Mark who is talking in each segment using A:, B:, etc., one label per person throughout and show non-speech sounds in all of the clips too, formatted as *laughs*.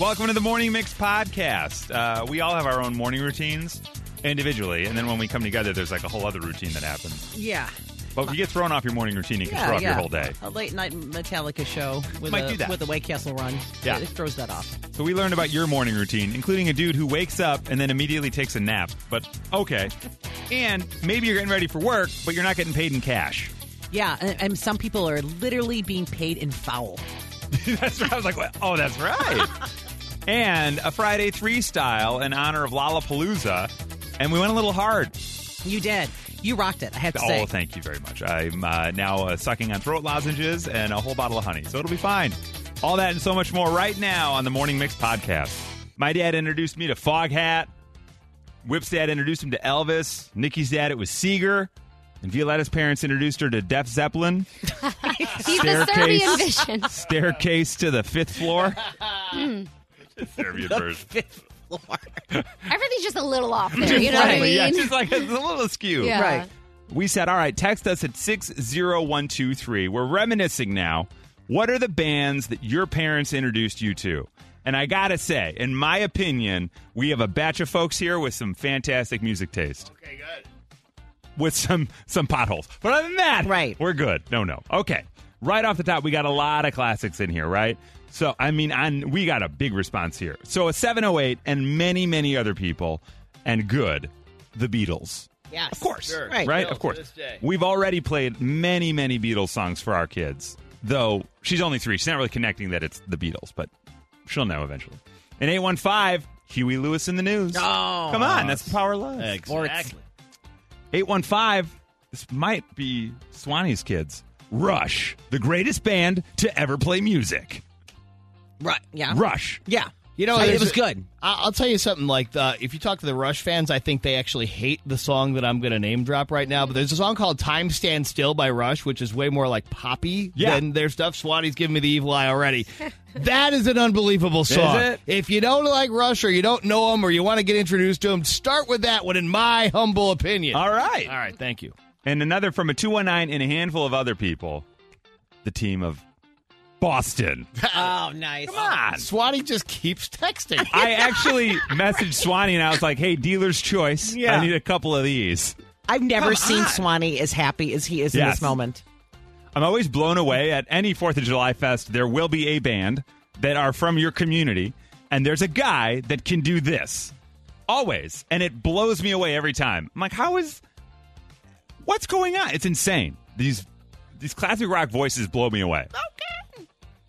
A: Welcome to the Morning Mix podcast. Uh, we all have our own morning routines individually, and then when we come together, there's like a whole other routine that happens.
B: Yeah.
A: But if you get thrown off your morning routine, it can
B: Yeah,
A: throw off your
B: yeah.
A: whole day.
B: A late night Metallica show with
A: Might
B: a
A: do that.
B: with a White Castle run.
A: Yeah.
B: It throws that off.
A: So we learned about your morning routine, including a dude who wakes up and then immediately takes a nap. But okay. And maybe you're getting ready for work, but you're not getting paid in cash. *laughs*
B: Yeah, and, and some people are literally being paid in foul.
A: that's right. I was like, "What? oh, that's right. and a Friday three style in honor of Lollapalooza. And we went a little hard.
B: You did. You rocked it. I have to say.
A: Oh, thank you very much. I'm uh, now uh, sucking on throat lozenges and a whole bottle of honey, so it'll be fine. All that and so much more right now on the Morning Mix podcast. My dad introduced me to Fog Hat. Whip's dad introduced him to Elvis. Nikki's dad, it was Seeger. And Violetta's parents introduced her to Def Zeppelin.
C: He's the Serbian vision.
A: *laughs* Staircase to the fifth floor. Serbian version.
B: Fifth floor.
C: Everything's just a little off there. You know what I
A: *laughs* Exactly,
C: mean?
A: yeah, just like it's a little askew.
C: Yeah.
B: Right.
A: We said, all right, text us at 60123. We're reminiscing now. What are the bands that your parents introduced you to? And I got to say, in my opinion, we have a batch of folks here with some fantastic music taste. Okay, good. With some some potholes. But other than that,
B: Right.
A: we're good. No, no. Okay. Right off the top, we got a lot of classics in here, right? So, I mean, on, we got a big response here. So, a 708 and many, many other people, and good, the Beatles.
B: Yes.
A: Of course.
D: Sure.
B: Right.
A: Right?
D: Still,
A: Of course.
D: to this day.
A: We've already played many, many Beatles songs for our kids, though she's only three. She's not really connecting that it's the Beatles, but she'll know eventually. In 815, Huey Lewis in the news.
B: Oh.
A: Come on, that's the power of love.
B: Or
D: Exactly.
A: 815, this might be Swanee's kids. Rush, the greatest band to ever play music.
B: Right. Yeah.
A: Rush.
B: Yeah.
D: You know,
B: I- it
D: there's
B: was
D: a-
B: good.
D: I- I'll tell you something. Like, the, if you talk to the Rush fans, I think they actually hate the song that I'm going to name drop right now. But there's a song called "Time Stand Still" by Rush, which is way more like poppy
A: Yeah.
D: than their stuff. Swanee's giving me the evil eye already. *laughs* that is an unbelievable song.
A: it?
D: If you don't like Rush or you don't know them or you want to get introduced to them, start with that one. In my humble opinion.
A: All right.
D: All right. Thank you.
A: And another from a 219 and a handful of other people, the team of Boston.
B: Oh, nice.
A: Come on.
D: Swanee just keeps texting.
A: I actually messaged Swanee and I was like, "Hey, dealer's choice.
B: Yeah.
A: I need a couple of these."
B: I've never
A: Come
B: seen
A: on.
B: Swanee as happy as he is in
A: Yes.
B: this moment.
A: I'm always blown away at any 4th of July fest. There will be a band that are from your community and there's a guy that can do this. Always. And it blows me away every time. I'm like, "How is What's going on? It's insane. These these classic rock voices blow me away."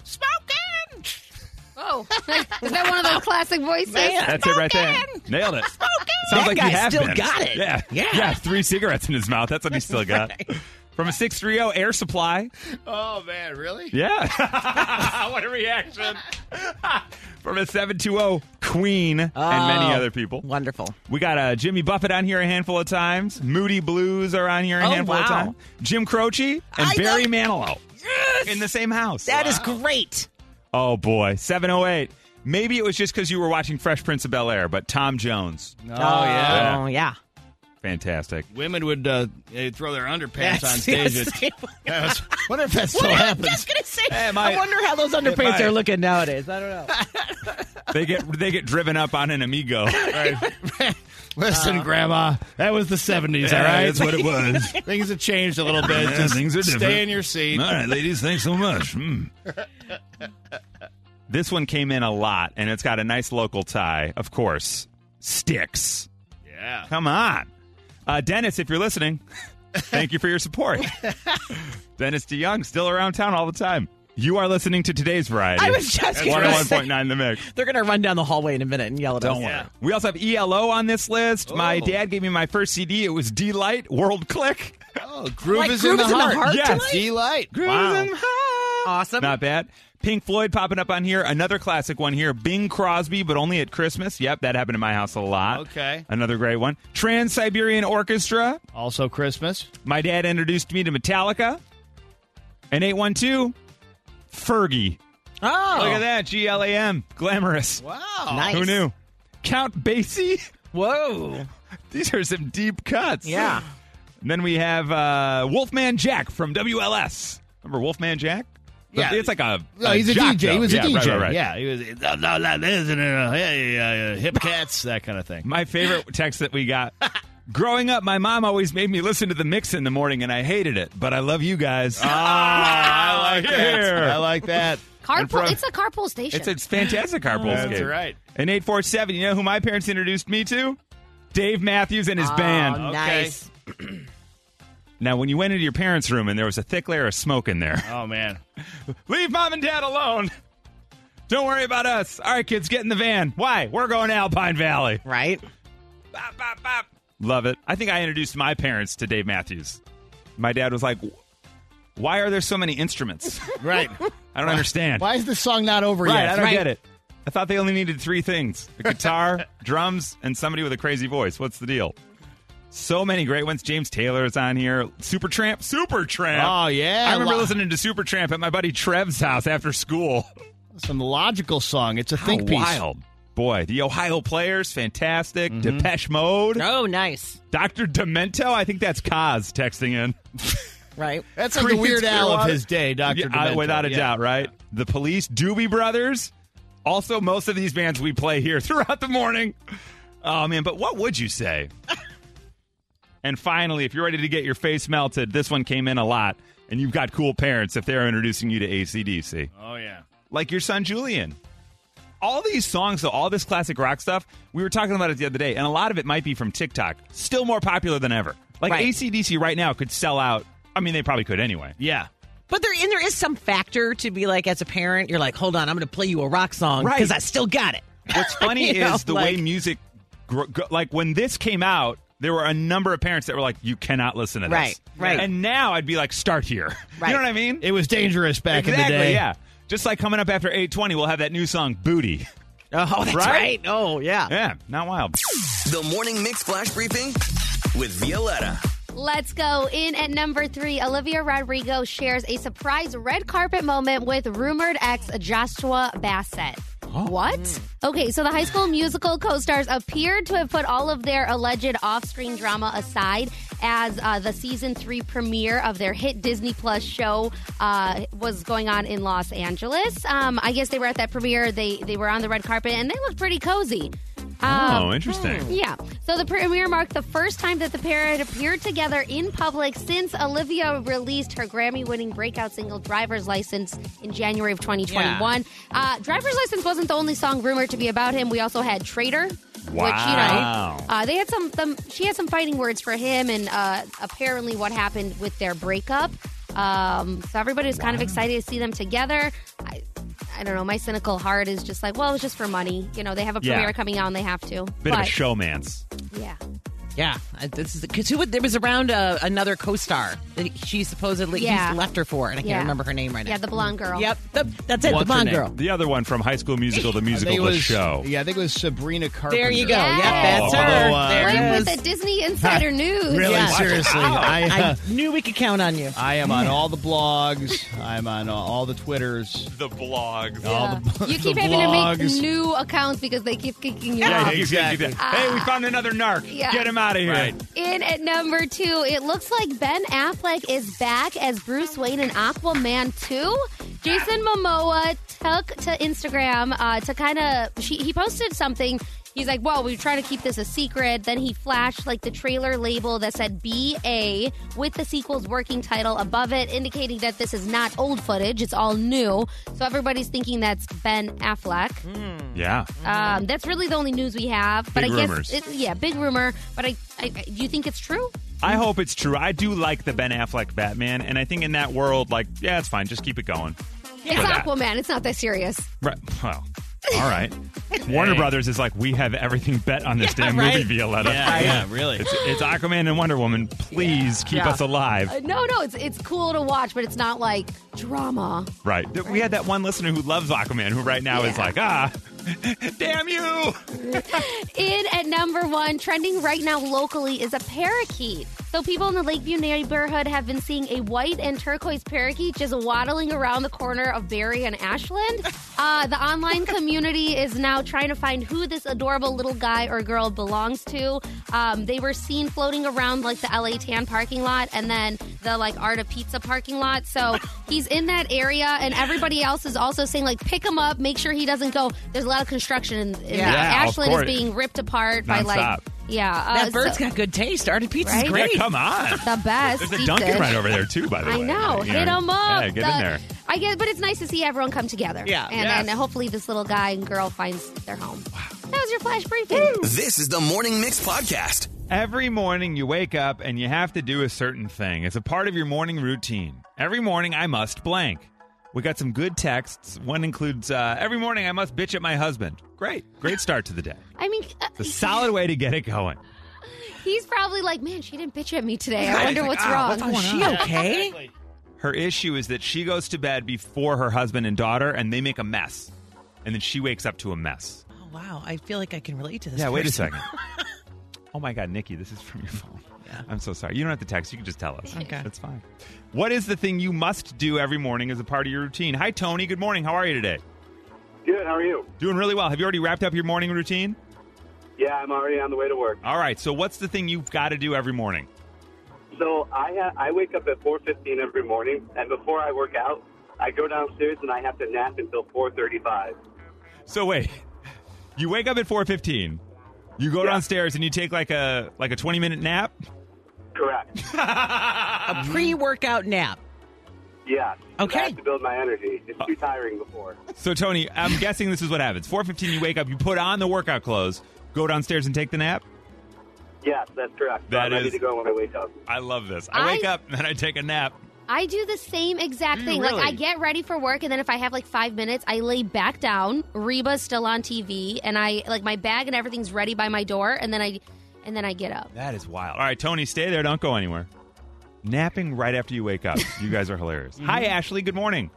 B: Smoking.
C: Oh, *laughs* is that one of those classic voices?
B: Man.
A: That's it right there. Nailed
B: *laughs*
A: it. Sounds
B: That
A: like
B: guy
A: you have
B: still
A: been.
B: got it.
A: Yeah.
B: Yeah.
A: Three cigarettes in his mouth. That's what he still got. From a 630 air
B: *laughs*
A: supply.
D: oh man, really?
A: Yeah. what a reaction. From a 720 Queen and many
B: Oh,
A: other people.
B: Wonderful.
A: We got uh, Jimmy Buffett on here a handful of times. Moody Blues are on here a
B: Oh,
A: handful of
B: wow.
A: times. Jim Croce and
B: I
A: Barry
B: love-
A: Manilow
B: Yes.
A: in the same house.
B: That is great.
A: oh, boy. 708. Maybe it was just because you were watching Fresh Prince of Bel Air, but Tom Jones.
D: Oh yeah.
B: Oh, yeah.
A: Fantastic.
D: Women would uh, they'd throw their underpants on
B: *laughs*
D: stage.
B: That's-
D: *laughs* I was- wonder if that still
B: What I was
D: happens.
B: just gonna say.
A: Hey, my-
B: I wonder how those
A: might.
B: underpants are looking nowadays. I don't know.
A: They get they get driven up on an amigo.
D: Listen, Grandma, that was the seventies.
A: Yeah,
D: all right,
A: that's what it was.
D: Things have changed a little bit.
A: Yeah,
D: Just
A: things are different.
D: Stay in your
A: *laughs*
D: seat.
A: All right, ladies, thanks so much. Mm. this one came in a lot, and it's got a nice local tie, of course. Sticks.
D: Yeah.
A: Come on. Uh, Dennis, if you're listening, *laughs* thank you for your
B: *laughs*
A: support. Dennis DeYoung, still around town all the time. You are listening to today's variety.
B: I was just gonna say
A: 101.9 the mix.
B: they're gonna run down the hallway in a minute and yell at us.
A: Don't worry. We also have ELO on this list. My
B: Oh.
A: dad gave me my first CD. It was Delight World Click.
D: Oh, groove
B: Like,
D: is
B: groove
D: in the
B: is in the
D: heart.
B: heart
A: Yes. tonight?
D: delight.
A: Cruising
D: Wow.
A: high.
B: Awesome.
A: Not bad. Pink Floyd popping up on here. Another classic one here. Bing Crosby, but only at Christmas. Yep, that happened in my house a lot.
D: Okay.
A: Another great one. Trans Siberian Orchestra.
D: Also, Christmas.
A: My dad introduced me to Metallica. And 812, Fergie.
B: Oh,
A: Look at that. G L A M. Glamorous.
D: Wow.
B: Nice.
A: Who knew? Count Basie.
B: Whoa.
A: *laughs* These are some deep cuts.
B: Yeah.
A: And then we have uh, Wolfman Jack from WLS. Remember Wolfman Jack?
D: Yeah.
A: It's like a.
D: No,
A: a
D: he's a
A: jock,
D: DJ. He
A: though.
D: was
A: yeah,
D: a DJ.
A: Right, right, right.
D: Yeah, he was. No, no, no, this and, uh, hey, yeah, yeah, hip cats, that kind of thing.
A: My favorite text that we got. Growing up, my mom always made me listen to the mix in the morning, and I hated it. But I love you guys. Ah, I like
D: That's- I
A: here.
D: like that.
A: And from-
C: Carpool. It's a carpool station.
A: It's a fantastic carpool
D: That's
A: escape.
D: right.
A: And eight four seven. You know who my parents introduced me to? Dave Matthews and his
D: Ah.
A: band.
B: Oh, nice.
A: Now, when you went into your parents' room and there was a thick layer of smoke in there, *laughs*
D: Oh man,
A: leave mom and dad alone. Don't worry about us. All right, kids, get in the van. Why? We're going to Alpine Valley.
B: Right?
A: Bop, bop, bop. Love it. I think I introduced my parents to Dave Matthews. My dad was like, "Why are there so many instruments?
D: right? *laughs*
A: I don't understand."
D: Why is this song not over
A: Right,
D: yet?
A: I don't get it. I thought they only needed three things a
D: *laughs*
A: guitar, drums, and somebody with a crazy voice. What's the deal? So many great ones. James Taylor is on here. Super Tramp. Super Tramp.
D: Oh, yeah.
A: I remember
D: Lo-
A: listening to Super Tramp at my buddy Trev's house after school.
D: Some logical song. It's a think
A: How
D: piece. Mm-hmm.
A: wild. Boy, the Ohio players, fantastic. Depeche Mode.
B: Oh, nice.
A: Dr. Demento, I think that's Kaz texting in.
B: Right?
D: That's like the
A: Creedence
D: Weird Al of
A: Clearwater-
D: his day, Doctor.
A: Yeah, I- without a doubt, right? The Police, Doobie Brothers. Also, most of these bands we play here *laughs* throughout the morning. Oh man, but what would you say? and finally, if you're ready to get your face melted, this one came in a lot, and you've got cool parents if they're introducing you to ACDC,
D: Oh yeah.
A: like your son Julian. All these songs, though, all this classic rock stuff, we were talking about it the other day, and a lot of it might be from TikTok. Still more popular than ever. Like
B: Right.
A: ACDC right now could sell out. I mean, they probably could anyway.
D: Yeah.
B: But there and there is some factor to be like as a parent, you're like, hold on, I'm going to play you a rock song
A: Right.
B: because I still got it. *laughs*
A: What's funny
B: You know,
A: is the way
B: like-
A: music, gr- go- like when this came out, there were a number of parents that were like, "You cannot listen to this."
B: Right, right.
A: And now I'd be like, "Start here." *laughs* You
B: Right.
A: know what I mean?
D: It was dangerous back
A: exactly.
D: in the day.
A: Yeah. Just like coming up after eight twenty, we'll have that new song "Booty." *laughs*
B: Oh, that's
A: Right?
B: right. Oh, yeah.
A: Yeah, not wild.
E: The morning mix flash briefing with Violetta.
C: Let's go in at number three. Olivia Rodrigo shares a surprise red carpet moment with rumored ex Joshua Bassett. What? Okay, so the High School Musical co stars appeared to have put all of their alleged off screen drama aside as uh, the season three premiere of their hit Disney Plus show uh, was going on in Los Angeles. Um, I guess they were at that premiere, they, they were on the red carpet, and they looked pretty cozy. Um, hmm.
A: oh, interesting.
C: yeah. So the premiere marked the first time that the pair had appeared together in public since Olivia released her Grammy winning breakout single Driver's License in January of 2021. Uh, Driver's License wasn't the only song rumored to be about him. We also had Traitor. Which, you
A: Wow.
C: know, uh, they had some, some, she had some fighting words for him and uh, apparently what happened with their breap. Um, so everybody was kind of excited to see them together. I, I don't know. My cynical heart is just like, well, it was just for money. You know, they have a
A: Yeah.
C: premiere coming out and they have to.
A: Bit of a
C: But-
A: showman's.
C: yeah.
B: Yeah. I- This is because who would, there was around uh, another co star that she supposedly he's
C: Yeah.
B: left her for, and I can't
C: Yeah.
B: remember her name right now.
C: Yeah, the blonde girl.
B: Yep. The, that's it.
D: What's
B: the
D: her
B: Bond
D: name?
B: girl.
A: The other one from High School Musical, the
D: I think
A: musical,
D: it
A: the
D: was-
A: show.
D: Yeah, I think it was Sabrina Carpenter.
B: There you go.
C: Yes.
B: Yep, that's her.
D: Oh, uh,
B: there
C: Work
B: it
C: with
B: is.
C: the Disney Insider News.
D: *laughs* Really,
B: Yeah.
D: seriously, I, uh,
B: I knew we could count on you.
D: I am on all the blogs. I'm on all, all the twitters.
A: The blogs.
C: Yeah.
D: *laughs* the-
C: you keep
D: the
C: having to
D: blogs.
C: make new accounts because they keep kicking you
A: Yeah,
C: off.
A: you can- you can- Hey, we found another narc.
C: Yeah.
A: Get him out of here.
D: Right.
C: In at number two, it looks like Ben Affleck is back as Bruce Wayne in Aquaman 2. Jason Momoa took to Instagram uh, to kind of, he posted something. He's like, well, we try to keep this a secret. Then he flashed like the trailer label that said BA with the sequel's working title above it, indicating that this is not old footage, it's all new. So everybody's thinking that's Ben Affleck.
A: Yeah.
C: Um, that's really the only news we have.
A: Mm-hmm.
C: But
A: Big
C: I guess,
A: rumors.
C: It, yeah, big rumor. But I, I, I- do you think it's true?
A: I hope it's true. I do like the Ben Affleck Batman, and I think in that world, like, yeah, it's fine. Just keep it going.
C: It's
A: that.
C: Aquaman. It's not that serious.
A: Right. Well, all right. Warner Brothers is like, we have everything bet on this
B: Yeah,
A: damn
B: right?
A: movie, Violetta.
D: Yeah, yeah, really.
A: It's, it's Aquaman and Wonder Woman. Please keep
B: Yeah.
A: us alive.
C: Uh, no, no, it's it's cool to watch, but it's not like drama.
A: Right. Th- We had that one listener who loves Aquaman who right now is
C: Yeah.
A: like, ah, *laughs* damn you.
C: In at number one, trending right now locally is a parakeet. So people in the Lakeview neighborhood have been seeing a white and turquoise parakeet just waddling around the corner of Barry and Ashland. Uh, the online community is now trying to find who this adorable little guy or girl belongs to. Um, they were seen floating around like the LA Tan parking lot, and then the like Art of Pizza parking lot. So he's in that area, and everybody else is also saying like, pick him up, make sure he doesn't go. There's a lot of construction, in, in
B: Yeah.
A: Yeah, of
C: Ashland
A: course.
C: is being ripped apart by
A: Nonstop.
C: like, yeah, uh,
B: That bird's
C: so-
B: got good taste. Artie pizza's
C: Right?
A: Yeah,
B: great.
A: come on.
C: the best.
A: There's a
C: Eat
A: Dunkin'
C: this.
A: right over there too. By the way,
C: *laughs* I know.
A: You
C: Hit him up.
A: Yeah, get
C: The-
A: in there.
C: I get, but it's nice to see everyone come together.
B: Yeah.
C: and
A: Yes.
C: then hopefully this little guy and girl finds their home. That was your flash briefing.
E: This is the Morning Mix Podcast.
A: Every morning you wake up and you have to do a certain thing. It's a part of your morning routine. Every morning I must blank. We got some good texts. One includes uh, every morning I must bitch at my husband. Great, great start to the day.
C: I mean, uh, *laughs*
A: It's a solid way to get it going.
C: he's probably like, man, she didn't bitch at me today.
A: Right.
C: I wonder
A: He's like,
C: what's
A: "Ah,
C: wrong.
A: what's going
B: Oh, Is she okay?
A: Her issue is that she goes to bed before her husband and daughter, and they make a mess, and then she wakes up to a mess.
B: Oh, wow. I feel like I can relate to this.
A: Yeah, wait a
B: person.
A: second. *laughs* oh my God, Nikki, this is from your phone. I'm so sorry. You don't have to text. You can just tell us.
B: Okay.
A: That's fine. What is the thing you must do every morning as a part of your routine? Hi, Tony. Good morning. How are you today?
F: Good. How are you?
A: Doing really well. Have you already wrapped up your morning routine?
F: Yeah, I'm already on the way to work.
A: All right. So, what's the thing you've got to do every morning?
F: So I ha- I wake up at 4:15 every morning, and before I work out, I go downstairs and I have to nap until 4:35.
A: So, wait. *laughs* You wake up at 4:15. You go
F: Yeah.
A: downstairs and you take like a like a 20 minute nap.
F: Correct.
A: *laughs*
B: A pre workout nap.
F: Yeah.
B: Okay.
F: I have to build my energy. It's too tiring before.
A: So, Tony, I'm guessing this is what happens. 4:15. You wake up. You put on the workout clothes. Go downstairs and take the nap.
F: Yes, that's correct.
A: That
F: I'm ready
A: is-
F: to go when I wake up.
A: I love this. I,
C: I-
A: wake up and then I take a nap.
C: I do the same exact
A: Do you
C: thing. Like
A: Mm, really?
C: I get ready for work, and then if I have like five minutes, I lay back down. Reba's still on TV, and I like my bag and everything's ready by my door, and then I, and then I get up.
A: That is wild. All right, Tony, stay there. Don't go anywhere. Napping right after you wake up. You guys are hilarious. Hi, Ashley. Good morning.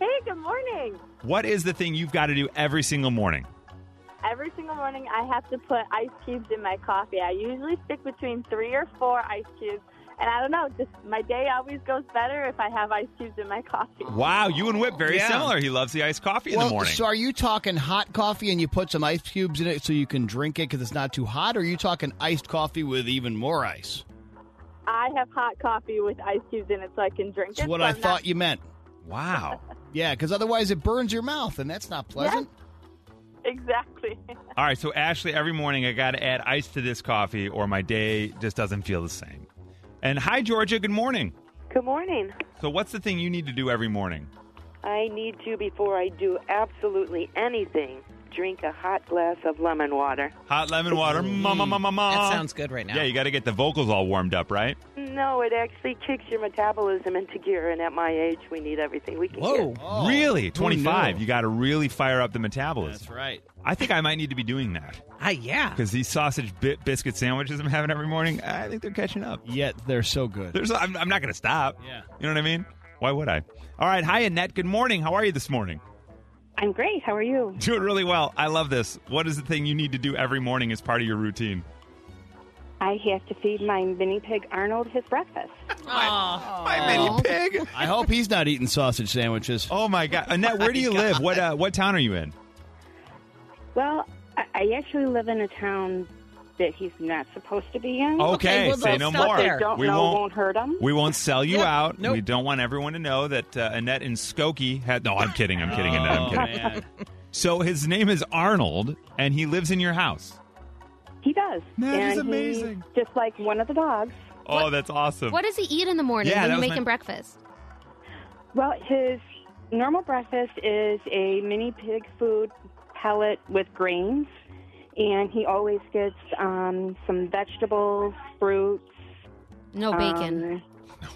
G: Hey, good morning.
A: What is the thing you've got to do every single morning?
G: Every single morning, I have to put ice cubes in my coffee. I usually stick between three or four ice cubes. And I don't know, just my day always goes better if I have ice cubes in my coffee.
A: Wow, you and Whip very
D: Yeah.
A: similar. He loves the iced coffee in
D: well,
A: the morning.
D: so are you talking hot coffee and you put some ice cubes in it so you can drink it because it's not too hot, or are you talking iced coffee with even more ice?
G: I have hot coffee with ice cubes in it so I can drink
D: That's
G: it.
D: what
G: so
D: I
G: I'm not-
D: thought you meant.
A: Wow.
D: Yeah, because otherwise it burns your mouth, and that's not pleasant.
G: *laughs* Exactly.
H: Uh,
A: All right, so Ashley, every morning I got to add ice to this coffee or my day just doesn't feel the same. And hi, Georgia. Good morning.
I: Good morning.
A: So, what's the thing you need to do every morning?
I: I need you before I do absolutely anything. Drink a hot glass of lemon water.
A: Hot lemon water. Mama, mama, mama.
B: That sounds good right now.
A: Yeah, you got to get the vocals all warmed up, right?
I: No, it actually kicks your metabolism into gear, and at my age, we need everything we can
B: Whoa.
I: get.
D: Oh,
A: really?
D: who
A: 25.
D: knew?
A: You got to really fire up the metabolism.
D: That's right.
A: I think I might need to be doing that
B: Ah, yeah.
A: because these sausage bit biscuit sandwiches I'm having every morning, I think they're catching up.
D: Yet they're so good.
A: There's, I'm, I'm not going to stop.
D: Yeah.
A: You know what I mean? Why would I? All right. Hi, Annette. Good morning. How are you this morning? *laughs*
G: I'm great. How are you?
A: Doing really well. I love this. What is the thing you need to do every morning as part of your routine?
G: I have to feed my mini pig Arnold his breakfast.
D: Oh.
A: My mini pig.
D: I hope he's not eating sausage sandwiches.
A: Oh, my God. Annette, where do you live? What uh, What town are you in?
G: Well, I, I actually live in a town that he's not supposed to be in.
B: Okay, well,
A: say no
B: stop
A: more.
B: there.
G: Don't
A: We
G: know
A: won't.
G: won't hurt him.
A: We won't sell you
B: Yep.
A: out.
B: Nope.
A: We don't want everyone to know that uh, Annette and Skokie had. No, I'm kidding. I'm kidding. Annette, I'm
D: Oh,
A: kidding.
D: man.
A: So his name is Arnold, and he lives in your house.
G: He does.
A: That
G: and
A: is
G: he-
A: amazing.
G: just like one of the dogs.
A: Oh, that's awesome.
C: What does he eat in the morning
A: Yeah, that
C: when you
A: was
C: make
A: my-
C: him breakfast?
G: Well, his normal breakfast is a mini pig food pellet with grains, and he always gets um, some vegetables, fruits,
C: No Oh, bacon.
G: um,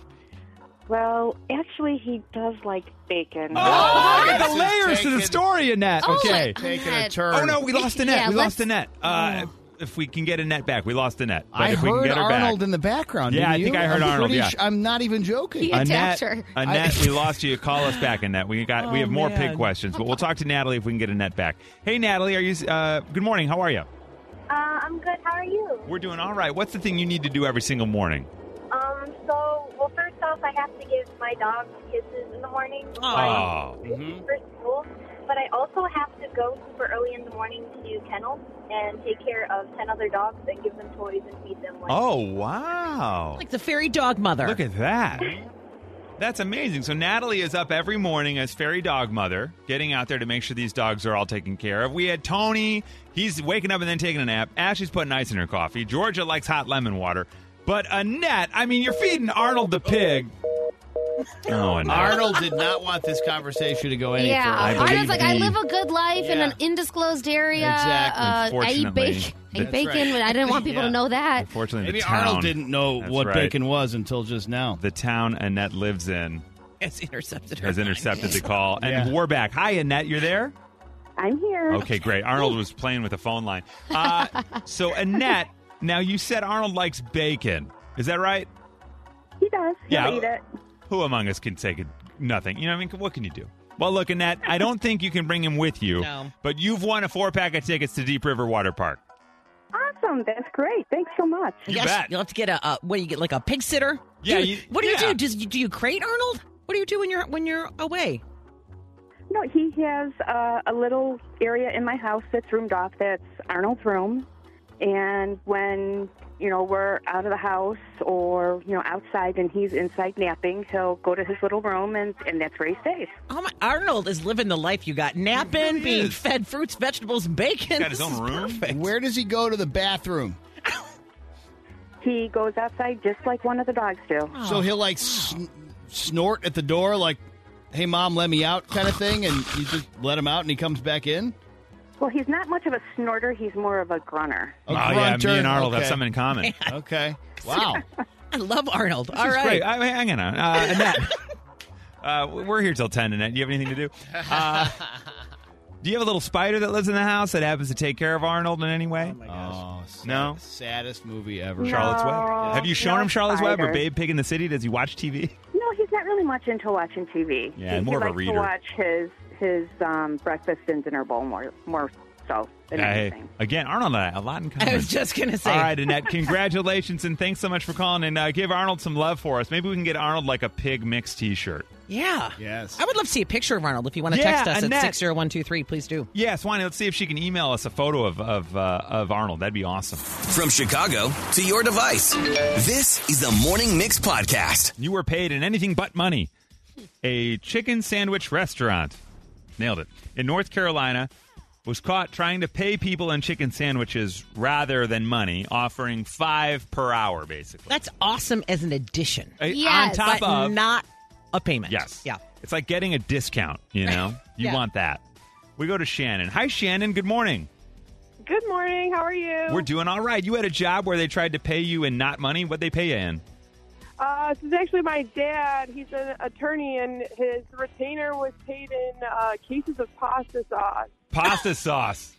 G: well, actually, he does like bacon.
A: Oh, look at
D: This
A: the
D: is
A: layers to the
D: taken-
A: story, Annette.
C: Oh,
A: okay.
C: my-
D: Taking a
C: Annette.
D: turn.
A: Oh no, we lost Annette.
C: Yeah,
A: we
C: let's- Oh.
A: lost Annette. Uh, If we can get Annette back, we lost Annette. But
D: I
A: if we
D: heard
A: can get her
D: Arnold
A: back,
D: in the background.
A: Yeah,
D: didn't
A: I think
D: you?
A: I heard
D: I'm
A: Arnold,
D: pretty
A: yeah.
D: su- I'm not even joking.
C: Yeah.
A: Annette,
C: attacked her.
A: Annette, we lost you. Call us back, Annette. We got we
B: Oh,
A: have more pig
B: man.
A: questions, but we'll talk to Natalie if we can get Annette back. Hey, Natalie, are you? Uh, good morning. How are you?
H: Uh, I'm good. How are you?
A: We're doing all right. What's the thing you need to do every single morning?
H: Um, so, well, first off, I have to give my dog kisses in the morning
B: Aw.
F: Mm-hmm.
A: Oh,
H: for school. But but I also have to go super early in the morning to kennels and take care of 10 other dogs and give them toys and feed them. Like,
A: Oh, wow.
B: Like the fairy dog mother.
A: Look at that. That's amazing. So Natalie is up every morning as fairy dog mother, getting out there to make sure these dogs are all taken care of. We had Tony, he's waking up and then taking a nap. Ashley's putting ice in her coffee. Georgia likes hot lemon water. But Annette, I mean, you're feeding Arnold the pig. Oh, Annette.
D: Arnold did not want this conversation to go any
C: yeah,
D: further.
C: Arnold's like, I
A: he-
C: live a good life in
D: Yeah.
C: an undisclosed area.
D: Exactly.
C: Uh, *laughs* I eat
A: Fortunately,
C: bacon. I
A: that's
C: eat bacon.
D: right.
C: I didn't want people
D: Yeah.
C: to know that.
A: Unfortunately,
D: Maybe
A: the town,
D: Arnold didn't know
A: That's
D: what
A: right.
D: bacon was until just now.
A: the town Annette lives in
B: Has intercepted her.
A: has intercepted the call. And
D: Yeah.
A: we're back. Hi, Annette. You're there?
G: I'm here.
A: Okay, great. Arnold was playing with the phone line. Uh, so, Annette, now you said Arnold likes bacon. Is that right?
G: He does. He'll
A: Yeah.
G: eat it.
A: Who among us can take it? Nothing. You know what I mean? What can you do? Well, look, Annette, I don't think you can bring him with you,
B: No.
A: but you've won a four pack of tickets to Deep River Water Park.
G: Awesome. That's great. Thanks so much.
A: You
B: Yes,
A: bet.
B: You'll have to get a, uh, what do you get, like a pig sitter?
A: Yeah,
B: Do you-
A: you-
B: what do
A: yeah.
B: you do? Does, you- do you crate Arnold? What do you do when you're when you're away?
G: No, he has uh, a little area in my house that's roomed off. That's Arnold's room. And when you know we're out of the house or you know outside and he's inside napping, he'll go to his little room and and that's where he stays.
B: Oh my, Arnold is living the life you got. Napping, being fed fruits, vegetables, and bacon.
A: Got his
B: This
A: own
B: is
A: room?
B: perfect.
D: Where does he go to the bathroom?
G: He goes outside just like one of the dogs do.
D: So he'll like sn- snort at the door, like, "Hey, mom, let me out," kind of thing, and you just let him out, and he comes back in.
G: Well, he's not much of a snorter. He's more of a grunter.
D: A
A: oh, yeah,
D: grunter.
A: me and Arnold
D: Okay.
A: have something in common.
D: Okay.
A: *laughs*
D: Wow.
B: *laughs* I love Arnold. All
A: This is
B: right.
A: great. I, hang on. Uh, Annette, uh, we're here till 10, Annette. Do you have anything to do? Uh, do you have a little spider that lives in the house that happens to take care of Arnold in any way?
D: Oh, sad-
A: No.
D: Saddest movie ever.
A: Charlotte's Web.
G: No,
A: Have you shown
G: no
A: him Charlotte's Web or
G: spiders.
A: Babe Pig in the City? Does he watch TV?
G: No, he's not really much into watching TV.
A: Yeah,
G: he,
A: more of
G: he
A: a reader.
G: likes to watch his his um, breakfast and dinner bowl more more so than
A: Yeah, hey.
G: anything.
A: Again, Arnold and I, a lot in common.
B: *laughs* I was just gonna say.
A: All right,
B: *laughs*
A: Annette, congratulations and thanks so much for calling and uh, give Arnold some love for us. Maybe we can get Arnold like a pig mix t shirt.
B: Yeah.
D: Yes.
B: I would love to see a picture of Arnold. If you want to
A: Yeah,
B: text us
A: Annette.
B: at six zero one two three, please do.
A: Yes, Wanya, let's see if she can email us a photo of, of, uh, of Arnold. That'd be awesome.
E: From Chicago to your device, this is the Morning Mix Podcast.
A: You were paid in anything but money. A chicken sandwich restaurant. Nailed it. In North Carolina, was caught trying to pay people in chicken sandwiches rather than money, offering five per hour, basically.
B: That's awesome as an addition,
A: Uh,
C: Yes,
A: on top
B: but
A: of
B: not a payment.
A: Yes.
B: Yeah.
A: It's like getting a discount, you *laughs* know? You
B: Yeah.
A: want that. We go to Shannon. Hi, Shannon. Good morning.
H: Good morning. How are you?
A: We're doing all right. You had a job where they tried to pay you in not money. What'd they pay you in?
H: Uh, this is actually my dad. He's an attorney, and his retainer was paid in uh, cases of pasta sauce.
A: Pasta
H: *laughs*
A: sauce.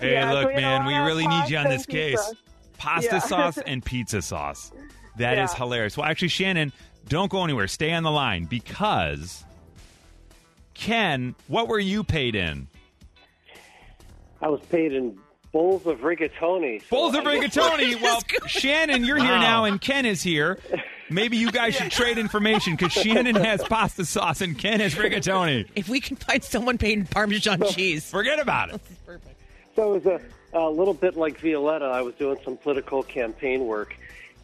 A: Hey,
H: Yeah, so
A: look,
H: we had a
A: man,
H: lot
A: we
H: of
A: really need you on
H: pasta
A: this
H: and pizza.
A: case. Pasta
H: Yeah. *laughs*
A: sauce and pizza sauce. That is
H: Yeah.
A: hilarious. Well, actually, Shannon, don't go anywhere. Stay on the line because Ken, what were you paid in?
F: I was paid in bowls of rigatoni. so
H: *laughs*
A: Bowls of
F: I-
A: rigatoni. Well, Shannon, you're here
D: Wow.
A: now, and Ken is here. Maybe you guys should trade information because Shannon
H: *laughs*
A: has pasta sauce and Ken has rigatoni.
B: If we can find someone paid in Parmesan
A: *laughs*
B: cheese,
A: Forget about it.
F: So it was a, a little bit like Violetta. I was doing some political campaign work,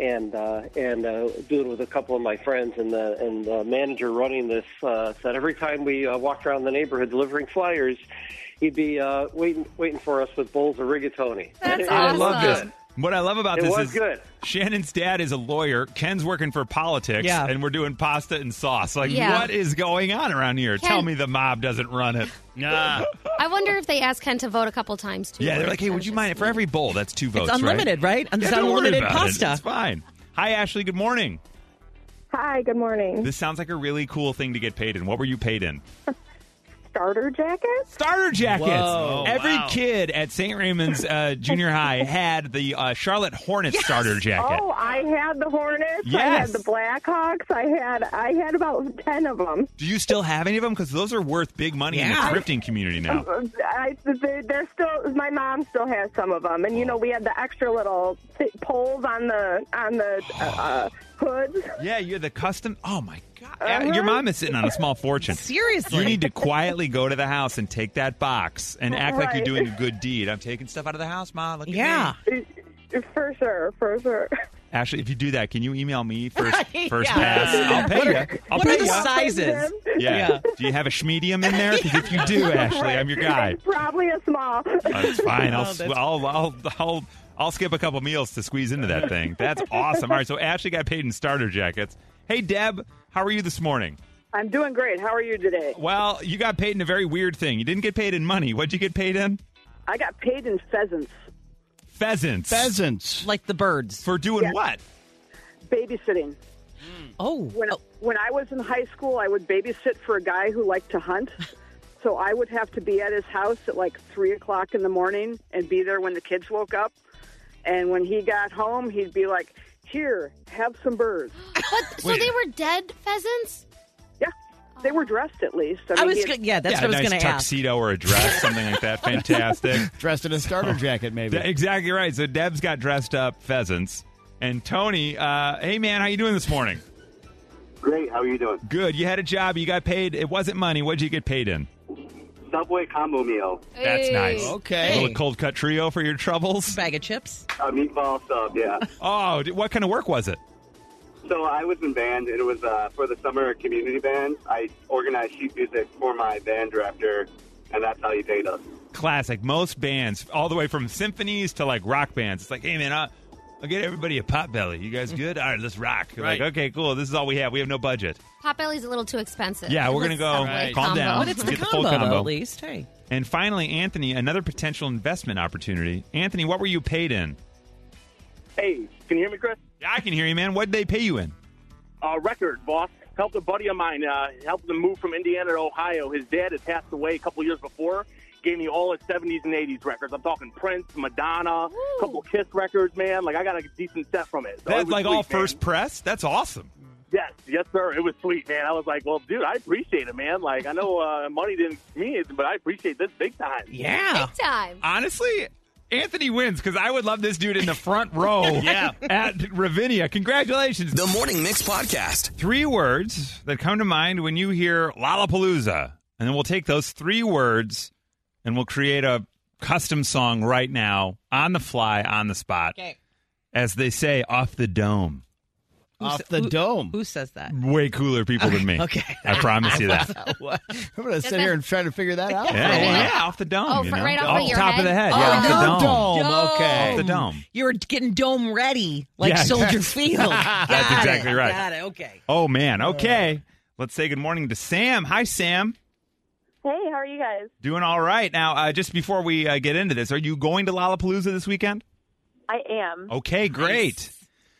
F: and uh, and uh, doing it with a couple of my friends. And the and the manager running this uh, said every time we uh, walked around the neighborhood delivering flyers, he'd be uh, waiting waiting for us with bowls of rigatoni.
C: That's
A: I
C: awesome.
A: love this. What I love about
F: It
A: this
F: was
A: is
F: good.
A: Shannon's dad is a lawyer. Ken's working for politics,
B: Yeah.
A: and we're doing pasta and sauce. Like,
C: Yeah.
A: what is going on around here?
C: Ken-
A: Tell me the mob doesn't run it.
D: Nah.
C: I wonder if they asked Ken to vote a couple times too.
A: Yeah, they're like, hey, would you mind for every bowl? That's two votes.
B: it's unlimited, right? And
A: Right? Yeah,
B: It's
A: don't worry
B: unlimited
A: about it.
B: pasta.
A: It's fine. Hi, Ashley. Good morning.
H: Hi. Good morning.
A: This sounds like a really cool thing to get paid in. What were you paid in?
H: Starter jacket.
A: Starter jackets.
D: Whoa, Oh,
A: Every Every kid at St. Raymond's uh, Junior High had the uh, Charlotte Hornets starter jacket.
H: Oh, I had the Hornets. I had
A: Yes.
H: the Blackhawks. I had I had about ten of them.
A: Do you still have any of them? Because those are worth big money
B: Yeah.
A: in the thrifting community now.
H: I, they're they're still. My mom still has some of them, and you know we had the extra little th- poles on the on the uh, uh, hoods.
A: Yeah, you're the custom. Oh my god,
B: Uh-huh.
A: Uh, your mom is sitting on a small
B: *laughs*
A: fortune.
B: Seriously.
A: You need to quietly go to the house and take that box and act like you're
H: Right.
A: doing a good deed. I'm taking stuff out of the house, Ma. Look at
B: Yeah.
A: me.
H: Uh, For sure, for sure. *laughs*
A: Ashley, if you do that, can you email
B: *laughs*
A: me first?
B: Right,
A: First
B: yeah.
A: pass. I'll pay
B: What
A: you.
B: are-
A: I'll
B: what
A: pay
B: are the
A: you.
B: sizes?
A: yeah. Do you have a schmedium in there? Because if you
B: *laughs*
A: do, Ashley, I'm your guy.
H: It's *laughs* probably a small.
A: That's fine. I'll,
B: Oh, that's-
A: I'll, I'll, I'll, I'll skip a couple meals to squeeze into that thing. That's awesome. All right, so Ashley got paid in starter jackets. Hey, Deb, how are you this morning?
H: I'm doing great. How are you today?
A: Well, you got paid in a very weird thing. You didn't get paid in money. What'd you get paid in?
H: I got paid in pheasants,
A: Pheasants.
D: Pheasants.
B: Like the birds.
A: For doing what?
H: babysitting.
B: Oh.
H: When when I was in high school, I would babysit for a guy who liked to *laughs* hunt. So I would have to be at his house at like three o'clock in the morning and be there when the kids woke up. And when he got home, he'd be like, "Here, have some *gasps* birds."
C: But so
A: Wait.
C: they were dead pheasants.
H: Yeah, they were dressed at least. I,
B: I
H: mean,
B: was
H: he-
B: good. Yeah,
A: yeah,
B: that's what I was
A: nice
B: going to ask.
A: tuxedo or a dress, something like
B: *laughs*
A: that. Fantastic.
D: Dressed in
A: *laughs*
D: a starter jacket, maybe.
A: Oh. Yeah, exactly right. So Deb's got dressed up pheasants, and Tony, uh, hey man, how you doing this morning?
J: Great. How are you doing?
A: Good. You had a job. You got paid. It wasn't money. What'd you get paid in?
J: Subway combo meal,
A: That's nice. A
D: Okay.
A: little cold cut trio for your troubles.
B: Bag of chips.
J: a meatball
A: *laughs*
J: sub. Yeah.
A: Oh, d- what kind of work was it?
J: so I was in band, and it was uh, for the summer community band. I organized sheet music for my band director, and that's how he paid us.
A: Classic. Most bands, all the way from symphonies to like rock bands. It's like, hey man, I'll, I'll get everybody a pot belly. You guys good? All right, let's rock. You're
D: Right.
A: Like, okay, cool. This is all we have. We have no budget.
C: Potbelly's a little too expensive.
A: Yeah, we're gonna
C: Let's
A: go.
C: Subway
A: Right. Calm
C: combo.
A: down.
B: But it's
A: Get
B: the
A: the
B: combo,
A: full combo.
B: though, at least. Hey.
A: And finally, Anthony, another potential investment opportunity. Anthony, what were you paid in?
J: Hey, can you hear me, Chris?
A: Yeah, I can hear you, man. What did they pay you in?
J: Uh, record, boss. Helped a buddy of mine, uh, helped him move from Indiana to Ohio. His dad had passed away a couple years before. Gave me all his 70s and 80s records. I'm talking Prince, Madonna, a couple Kiss records, man. Like, I got a decent set from it. So it
A: That's
J: was
A: like
J: sweet,
A: all
J: man.
A: first press. That's awesome.
J: Yes, yes, sir. It was sweet, man. I was like, well, dude, I appreciate it, man. Like, I know uh, money didn't mean it, but I appreciate this big time.
B: Yeah.
C: Big time.
A: *laughs* Honestly, Anthony wins because I would love this dude in the front row. yeah, at Ravinia. Congratulations.
E: The Morning Mix Podcast.
A: Three words that come to mind when you hear Lollapalooza, and then we'll take those three words and we'll create a custom song right now on the fly, on the spot,
B: Okay.
A: as they say, off the dome.
D: Off the dome.
B: Who says that?
A: Way cooler people than me.
B: Okay.
A: I promise you that.
D: *laughs* I'm going to sit here and try to figure that out.
A: Yeah,
C: Yeah.
A: well, yeah, off the dome.
C: Oh,
A: you
C: fr-
A: know?
C: right off
A: off
C: of
A: the
C: your
A: top of
C: head?
A: the head.
B: Oh,
A: yeah, off
D: Dome.
A: the dome.
D: Dome,
A: Off the
D: Okay.
A: dome.
B: You're getting dome ready, like
A: Yeah,
B: Soldier
A: *laughs*
B: Field. Got
A: That's
B: it,
A: exactly right.
B: Got it. Okay.
A: Oh man. Okay. Let's say good morning to Sam. Hi, Sam.
H: hey, how are you guys?
A: Doing all right now. Uh, just before we uh, get into this, are you going to Lollapalooza this weekend?
H: I am.
A: Okay, great.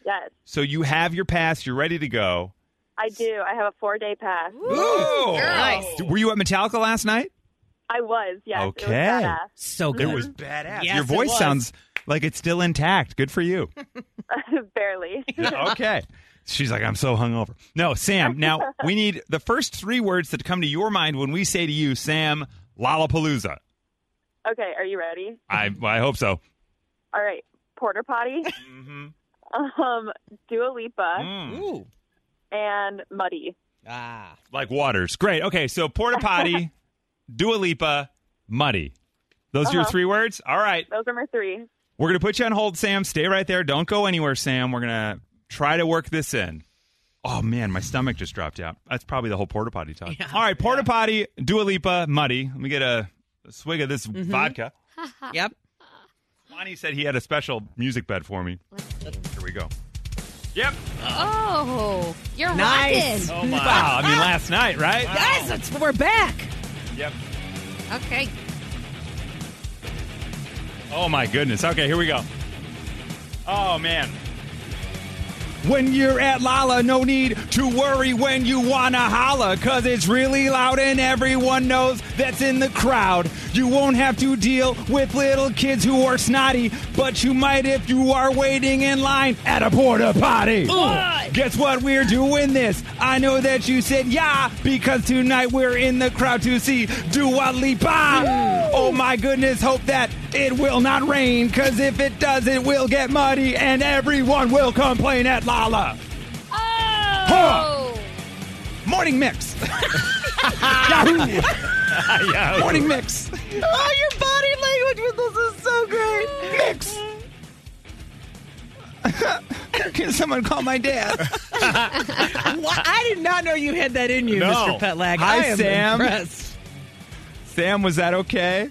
H: Yes,
A: So you have your pass. You're ready to go.
H: I do. I have a four day pass.
A: Ooh,
B: Nice.
A: Were you at Metallica last night?
H: I was. Yes. it was
A: Okay.
H: badass. *laughs*
B: So
A: It
B: good.
A: was badass.
B: Yes,
A: your
B: it
A: voice
B: was.
A: sounds like it's still intact. Good for
B: *laughs*
A: you.
H: Barely.
A: Yeah, okay. She's like, I'm so hungover. No, Sam,
B: *laughs*
A: now we need the first three words that come to your mind when we say to you, Sam, Lollapalooza.
H: okay, are you ready?
A: I, I hope so.
H: All right. Porter potty, um, Dua Lipa,
A: Mm,
B: Ooh.
H: and Muddy.
B: Ah.
A: like waters. Great. Okay, so porta
B: *laughs*
A: potty, Dua Lipa, muddy. Those
B: Uh-huh.
A: are your three words? All right.
H: Those are my three.
A: We're going to put you on hold, Sam. Stay right there. Don't go anywhere, Sam. We're going to try to work this in. Oh, man, my stomach just dropped out. That's probably the whole porta potty talk. All right, porta potty, Dua Lipa, muddy. Let me get a, a swig of this vodka.
B: Yep.
A: Lonnie said he had a special music bed for me. Here we go. Yep.
C: Oh, you're
B: Nice.
C: rocking.
A: Wow. I mean, last night, right?
B: Guys, that's, we're back.
A: Yep.
C: Okay.
A: Oh my goodness. Okay, here we go. Oh man.
K: When you're at Lala, no need to worry when you wanna holla, cause it's really loud and everyone knows that's in the crowd. You won't have to deal with little kids who are snotty, but you might if you are waiting in line at a porta potty. Guess what? We're doing this. I know that you said yeah, because tonight we're in the crowd to see Dua Lipa. Oh my goodness, hope that it will not rain, because if it does, it will get muddy and everyone will complain at Lala.
C: Oh.
K: Huh. Morning mix. *laughs* Yahoo!
A: Yahoo.
K: Morning mix.
B: Oh, your body language with this is so great.
K: Mix. *laughs* Can someone call my dad?
B: Well, I did not know you had that in you,
A: No.
B: Mr. Petlag.
A: Hi,
B: I am
A: Sam.
B: impressed.
A: Sam, was that okay?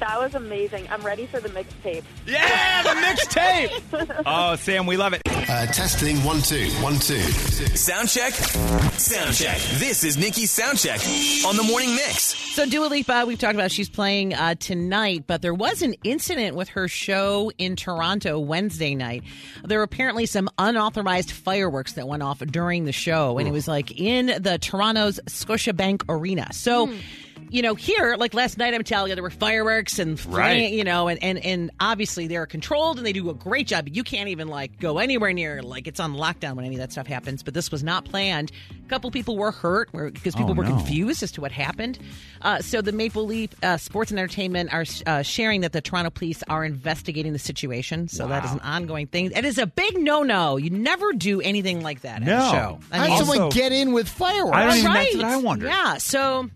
L: That was amazing. I'm ready for the mixtape.
A: Yeah, the mixtape. Oh, Sam, we love it.
E: Uh, testing one two one two. Sound check, sound check. This is Nikki's sound check on the morning mix.
B: So Dua Lipa, we've talked about she's playing uh, tonight, but there was an incident with her show in Toronto Wednesday night. There were apparently some unauthorized fireworks that went off during the show, and it was like in the Toronto's Scotiabank Arena. So. You know, here, like last night, I'm telling you, there were fireworks and flame,
M: Right.
B: you know, and, and, and obviously they're controlled and they do a great job. You can't even like go anywhere near, like it's on lockdown when any of that stuff happens, but this was not planned. A couple people were hurt because people
M: Oh,
B: were
M: no.
B: confused confused as to what happened. Uh, so the Maple Leaf uh, Sports and Entertainment are uh, sharing that the Toronto police are investigating the situation. So that is an ongoing thing. It is a big no-no. You never do anything like that at
D: No.
B: a show.
D: How'd someone get in with fireworks? I don't even- that's what I wonder.
B: Yeah. So.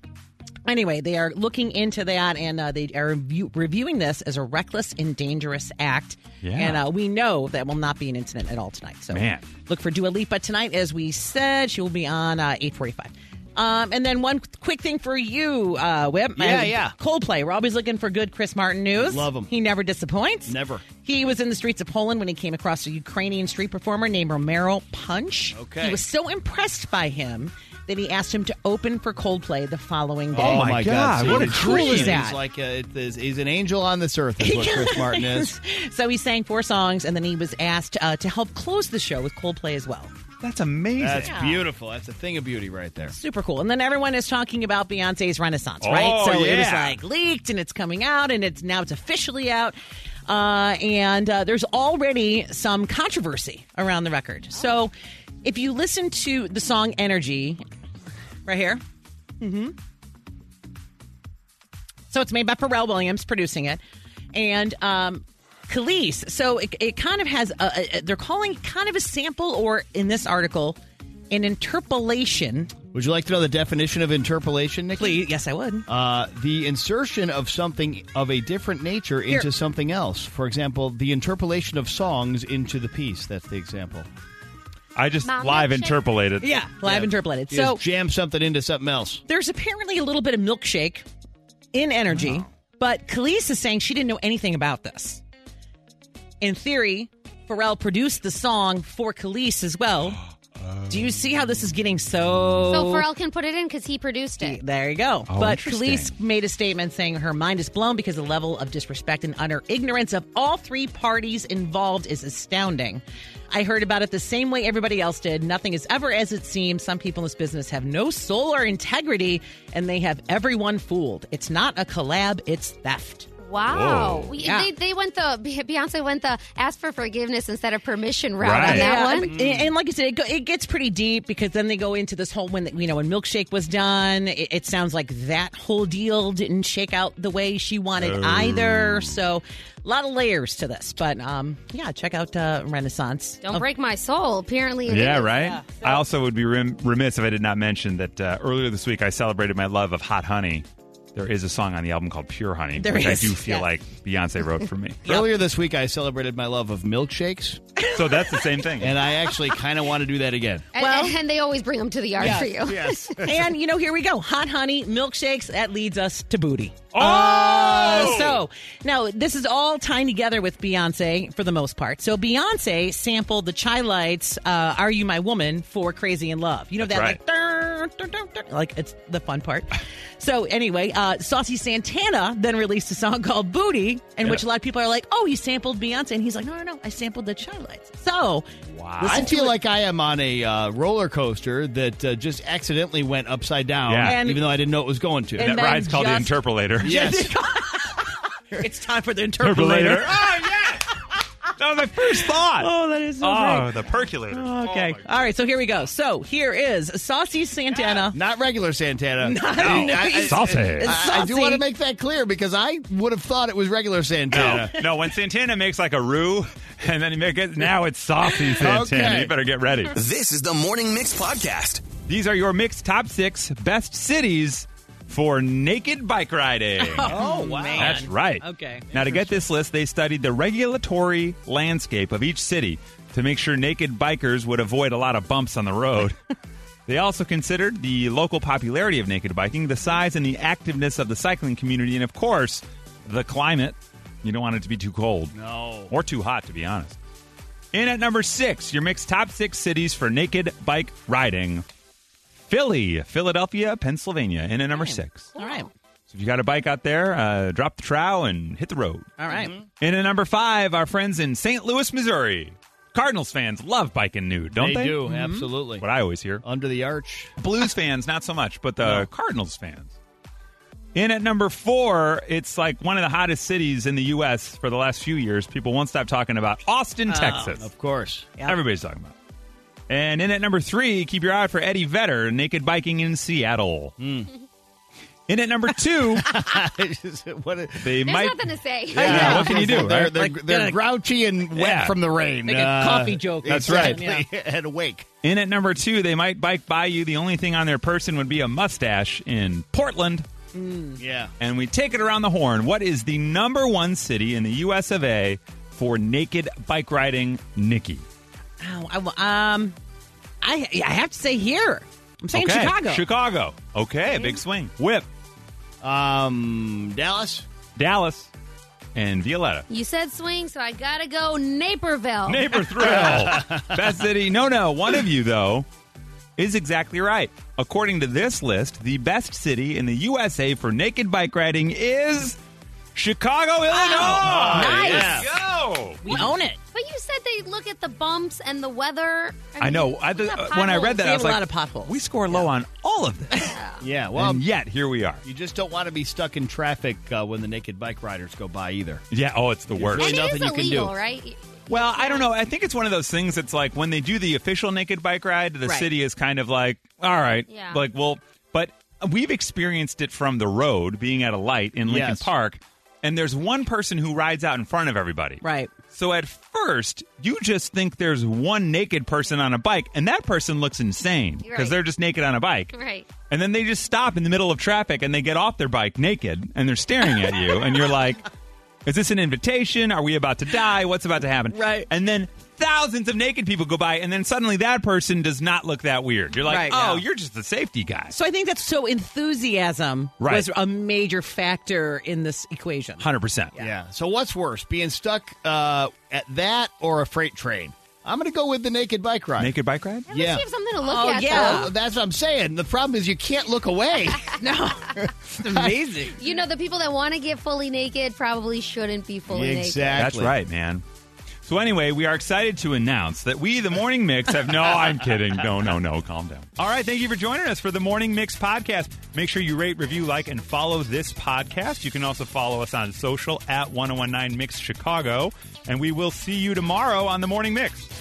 B: Anyway, they are looking into that and uh, they are review- reviewing this as a reckless and dangerous act.
M: Yeah.
B: And uh, we know that will not be an incident at all tonight. So
M: Man.
B: look for Dua Lipa tonight, as we said. She will be on uh, 845. Um, and then one quick thing for you, uh, Whip.
D: Yeah,
B: And
D: yeah.
B: Coldplay. We're always looking for good Chris Martin news.
D: Love him.
B: He never disappoints.
D: Never.
B: He was in the streets of Poland when he came across a Ukrainian street performer named Romero Punch.
D: Okay.
B: He was so impressed by him that he asked him to open for Coldplay the following day.
D: Oh see,
B: How
D: it's
B: cool
D: green.
B: is that?
D: He's like a, it is, he's an angel on this earth. Is what Chris Martin is.
B: so he sang four songs, and then he was asked uh, to help close the show with Coldplay as well.
A: That's amazing.
D: That's
B: Yeah.
D: beautiful. That's a thing of beauty right there.
B: Super cool. And then everyone is talking about Beyonce's Renaissance,
D: Oh,
B: right? So it was
D: yeah.
B: like leaked and it's coming out and it's now it's officially out. Uh, and uh, there's already some controversy around the record. So if you listen to the song Energy right here, mm-hmm. so it's made by Pharrell Williams, producing it, and um, Khalees. So it, it kind of has a, a, they're calling it kind of a sample or in this article an interpolation
D: Would you like to know the definition of interpolation, Nikki?
B: Please, yes, I would.
D: Uh, the insertion of something of a different nature
B: Here.
D: into something else. For example, the interpolation of songs into the piece. That's the example.
A: I just
B: Mama live check. interpolated. Yeah, live interpolated.
D: You just
B: So-
D: jam something into something else.
B: There's apparently a little bit of milkshake in energy, but Khalees is saying she didn't know anything about this. In theory, Pharrell produced the song for Khalees as well. Do you see how this is getting so?
C: So Pharrell can put it in because he produced it.
B: There you go.
C: Oh,
B: but
C: interesting.
B: Khalees made a statement saying her mind is blown because the level of disrespect and utter ignorance of all three parties involved is astounding. I heard about it the same way everybody else did. Nothing is ever as it seems. Some people in this business have no soul or integrity, and they have everyone fooled. It's not a collab, it's theft.
C: Wow.
B: Whoa.
C: We-
B: Yeah.
C: They, they went the Beyonce went the ask for forgiveness instead of permission route
B: Right.
C: on that
B: Yeah,
C: one.
B: And, and like I said, it, go, it gets pretty deep because then they go into this whole when you know when milkshake was done. It, it sounds like that whole deal didn't shake out the way she wanted
M: Oh.
B: either. So a lot of layers to this, but um, yeah, check out uh, Renaissance.
C: Don't break my soul. Apparently, it
A: Yeah,
C: is.
A: right? I also would be rem- remiss if I did not mention that uh, earlier this week I celebrated my love of hot honey. There is a song on the album called Pure Honey,
D: There
A: which
D: is,
A: I do feel
D: yeah.
A: like Beyonce wrote for me.
D: Earlier this week, I celebrated my love of milkshakes.
A: So that's the same thing.
D: and I actually kind of want to do that again.
C: And, and they always bring them to the yard
B: Yes,
C: for you. Yes.
B: and you know, here we go. Hot honey milkshakes. That leads us to booty. Oh, so now this is all tying together with Beyonce for the most part. So Beyonce sampled the Chi Lights, uh, "Are You My Woman" for "Crazy in Love." You know
M: That's
B: that like. Like it's the fun part. So anyway, uh, Saucy Santana then released a song *laughs* called "Booty," in
M: Yeah.
B: which a lot of people are like, "Oh, he sampled Beyonce," and he's like, "No, no, no, I sampled the Chi Lights." So wow,
D: I feel like I am on a uh, roller coaster that uh, just accidentally went upside down,
A: Yeah. And-
D: even though I didn't know it was going to.
A: And That then *laughs* ride's called the just- interpolator.
D: Yes.
B: *laughs* it's time for
A: *laughs*
B: the
A: Interpolator.
B: interpolator.
A: Oh, yes. That was my first thought.
B: Oh, that is so
A: Oh,
B: great.
A: the percolator. Oh,
B: Okay. All right. So here we go. So here is Saucy Santana.
D: *laughs* Not regular Santana.
B: Not
D: No.
B: no.
D: I- I-
A: Saucy.
D: I, I do
B: uh, Saucy.
D: want to make that clear because I would have thought it was regular
A: No,
D: Santana.
A: no, when Santana makes like a roux *laughs* and then he makes it, now it's saucy Santana.
E: Okay.
A: You better get ready.
E: This is the Morning Mix podcast.
A: These are your mixed top six best cities for naked bike riding.
B: *laughs* Oh, wow. man.
A: That's right.
B: Okay.
A: Now, to get this list, they studied the regulatory landscape of each city to make sure naked bikers would avoid a lot of bumps on the
B: *laughs*
A: road. they also considered the local popularity of naked biking, the size and the activeness of the cycling community, and of course, the climate. You don't want it to be too cold. No. Or too hot, to be honest. In at number six, your mixed top six cities for naked bike riding. Philly, Philadelphia, Pennsylvania, in at number six.
B: All right.
A: So if you got a bike out there, uh, drop the trowel and hit the road.
B: All right.
A: In at number five, our friends in St. Louis, Missouri. Cardinals fans love biking nude, don't they? Mm-hmm.
D: They do, Mhm. absolutely. Uh-huh.
A: What I always hear.
D: Under the arch.
A: Blues fans, not so much, but the Cardinals fans. In at number four, it's like one of the hottest cities in the U.S. for the last few years. People won't stop talking about Austin,
D: Oh.
A: Texas. Of
D: *laughs* course.
A: Everybody's talking about it. And in at number three, keep your eye out for Eddie Vedder, naked biking in Seattle.
C: Hmm.
A: *laughs* In at number
C: *laughs*
A: two, they
C: There's
A: might.
C: nothing to say.
A: Yeah, what can you do?
D: They're,
A: right?
D: they're, they're grouchy and wet
A: Yeah.
D: from the rain.
A: Like a coffee joke or
D: That's right.
A: something,
D: *laughs* and awake.
A: In at number two, they might bike by you. The only thing on their person would be a mustache in Portland.
D: Yeah.
A: And we take it around the horn. What is the number one city in the U.S. of A. for naked bike riding, Nikki?
B: Oh, I, um, I I have to say here. I'm saying
A: Okay,
B: Chicago.
A: Chicago. Okay, big swing. Whip.
D: Um, Dallas.
A: Dallas. And Violetta.
C: *laughs* You said swing, so I gotta go Naperville.
A: Neighbor thrill. Best city. No, no. One of you, though, is exactly right. According to this list, the best city in the USA for naked bike riding is Chicago, Illinois.
C: Nice.
A: Yeah. Go.
B: We own it.
C: But you said they look at the bumps and the weather.
A: I know. I,
C: we got
A: when I
C: potholes.
A: read that, I was like, we score low on all of this.
D: Yeah, well,
A: and yet here we are.
D: You just don't want to be stuck in traffic uh, when the naked bike riders go by either.
A: Yeah. Oh, it's the
D: There's
A: worst.
D: really nothing you can do.
C: right?
A: Well, I don't know. I think it's one of those things that's like when they do the official naked bike ride, the
C: Right.
A: city is kind of like, all right,
C: Yeah.
A: like, well, but we've experienced it from the road, being at a light in Lincoln
B: Yes.
A: Park, and there's one person who rides out in front of everybody.
B: Right.
A: So at first, you just think there's one naked person on a bike, and that person looks insane because
C: Right.
A: they're just naked on a bike.
C: Right.
A: And then they just stop in the middle of traffic and they get off their bike naked and they're staring at you. and you're like, is this an invitation? Are we about to die? What's about to happen? Right. And then thousands of naked people go by and then suddenly that person does not look that weird. You're like,
B: Right,
A: oh,
B: yeah.
A: you're just the safety guy.
B: So I think that's so enthusiasm
A: Right.
B: was a major factor in this equation.
A: 100%.
D: Yeah. So what's worse, being stuck uh, at that or a freight train? I'm going to go with the naked bike ride.
A: Naked bike ride?
D: Yeah.
C: You have something to look
B: Oh,
C: at.
B: yeah.
C: though.
D: Well, that's what I'm saying. The problem is you can't
C: *laughs*
D: look away.
B: no. It's amazing.
C: You know, the people that want to get fully naked probably shouldn't be fully naked.
A: That's right, man. So anyway, we are excited to announce that we, the Morning Mix, have no. *laughs* I'm kidding. No, no, no. Calm down. All right, thank you for joining us for the Morning Mix podcast. Make sure you rate, review, like, and follow this podcast. You can also follow oh us on social at 1019 Mix Chicago, and we will see you tomorrow on the Morning Mix.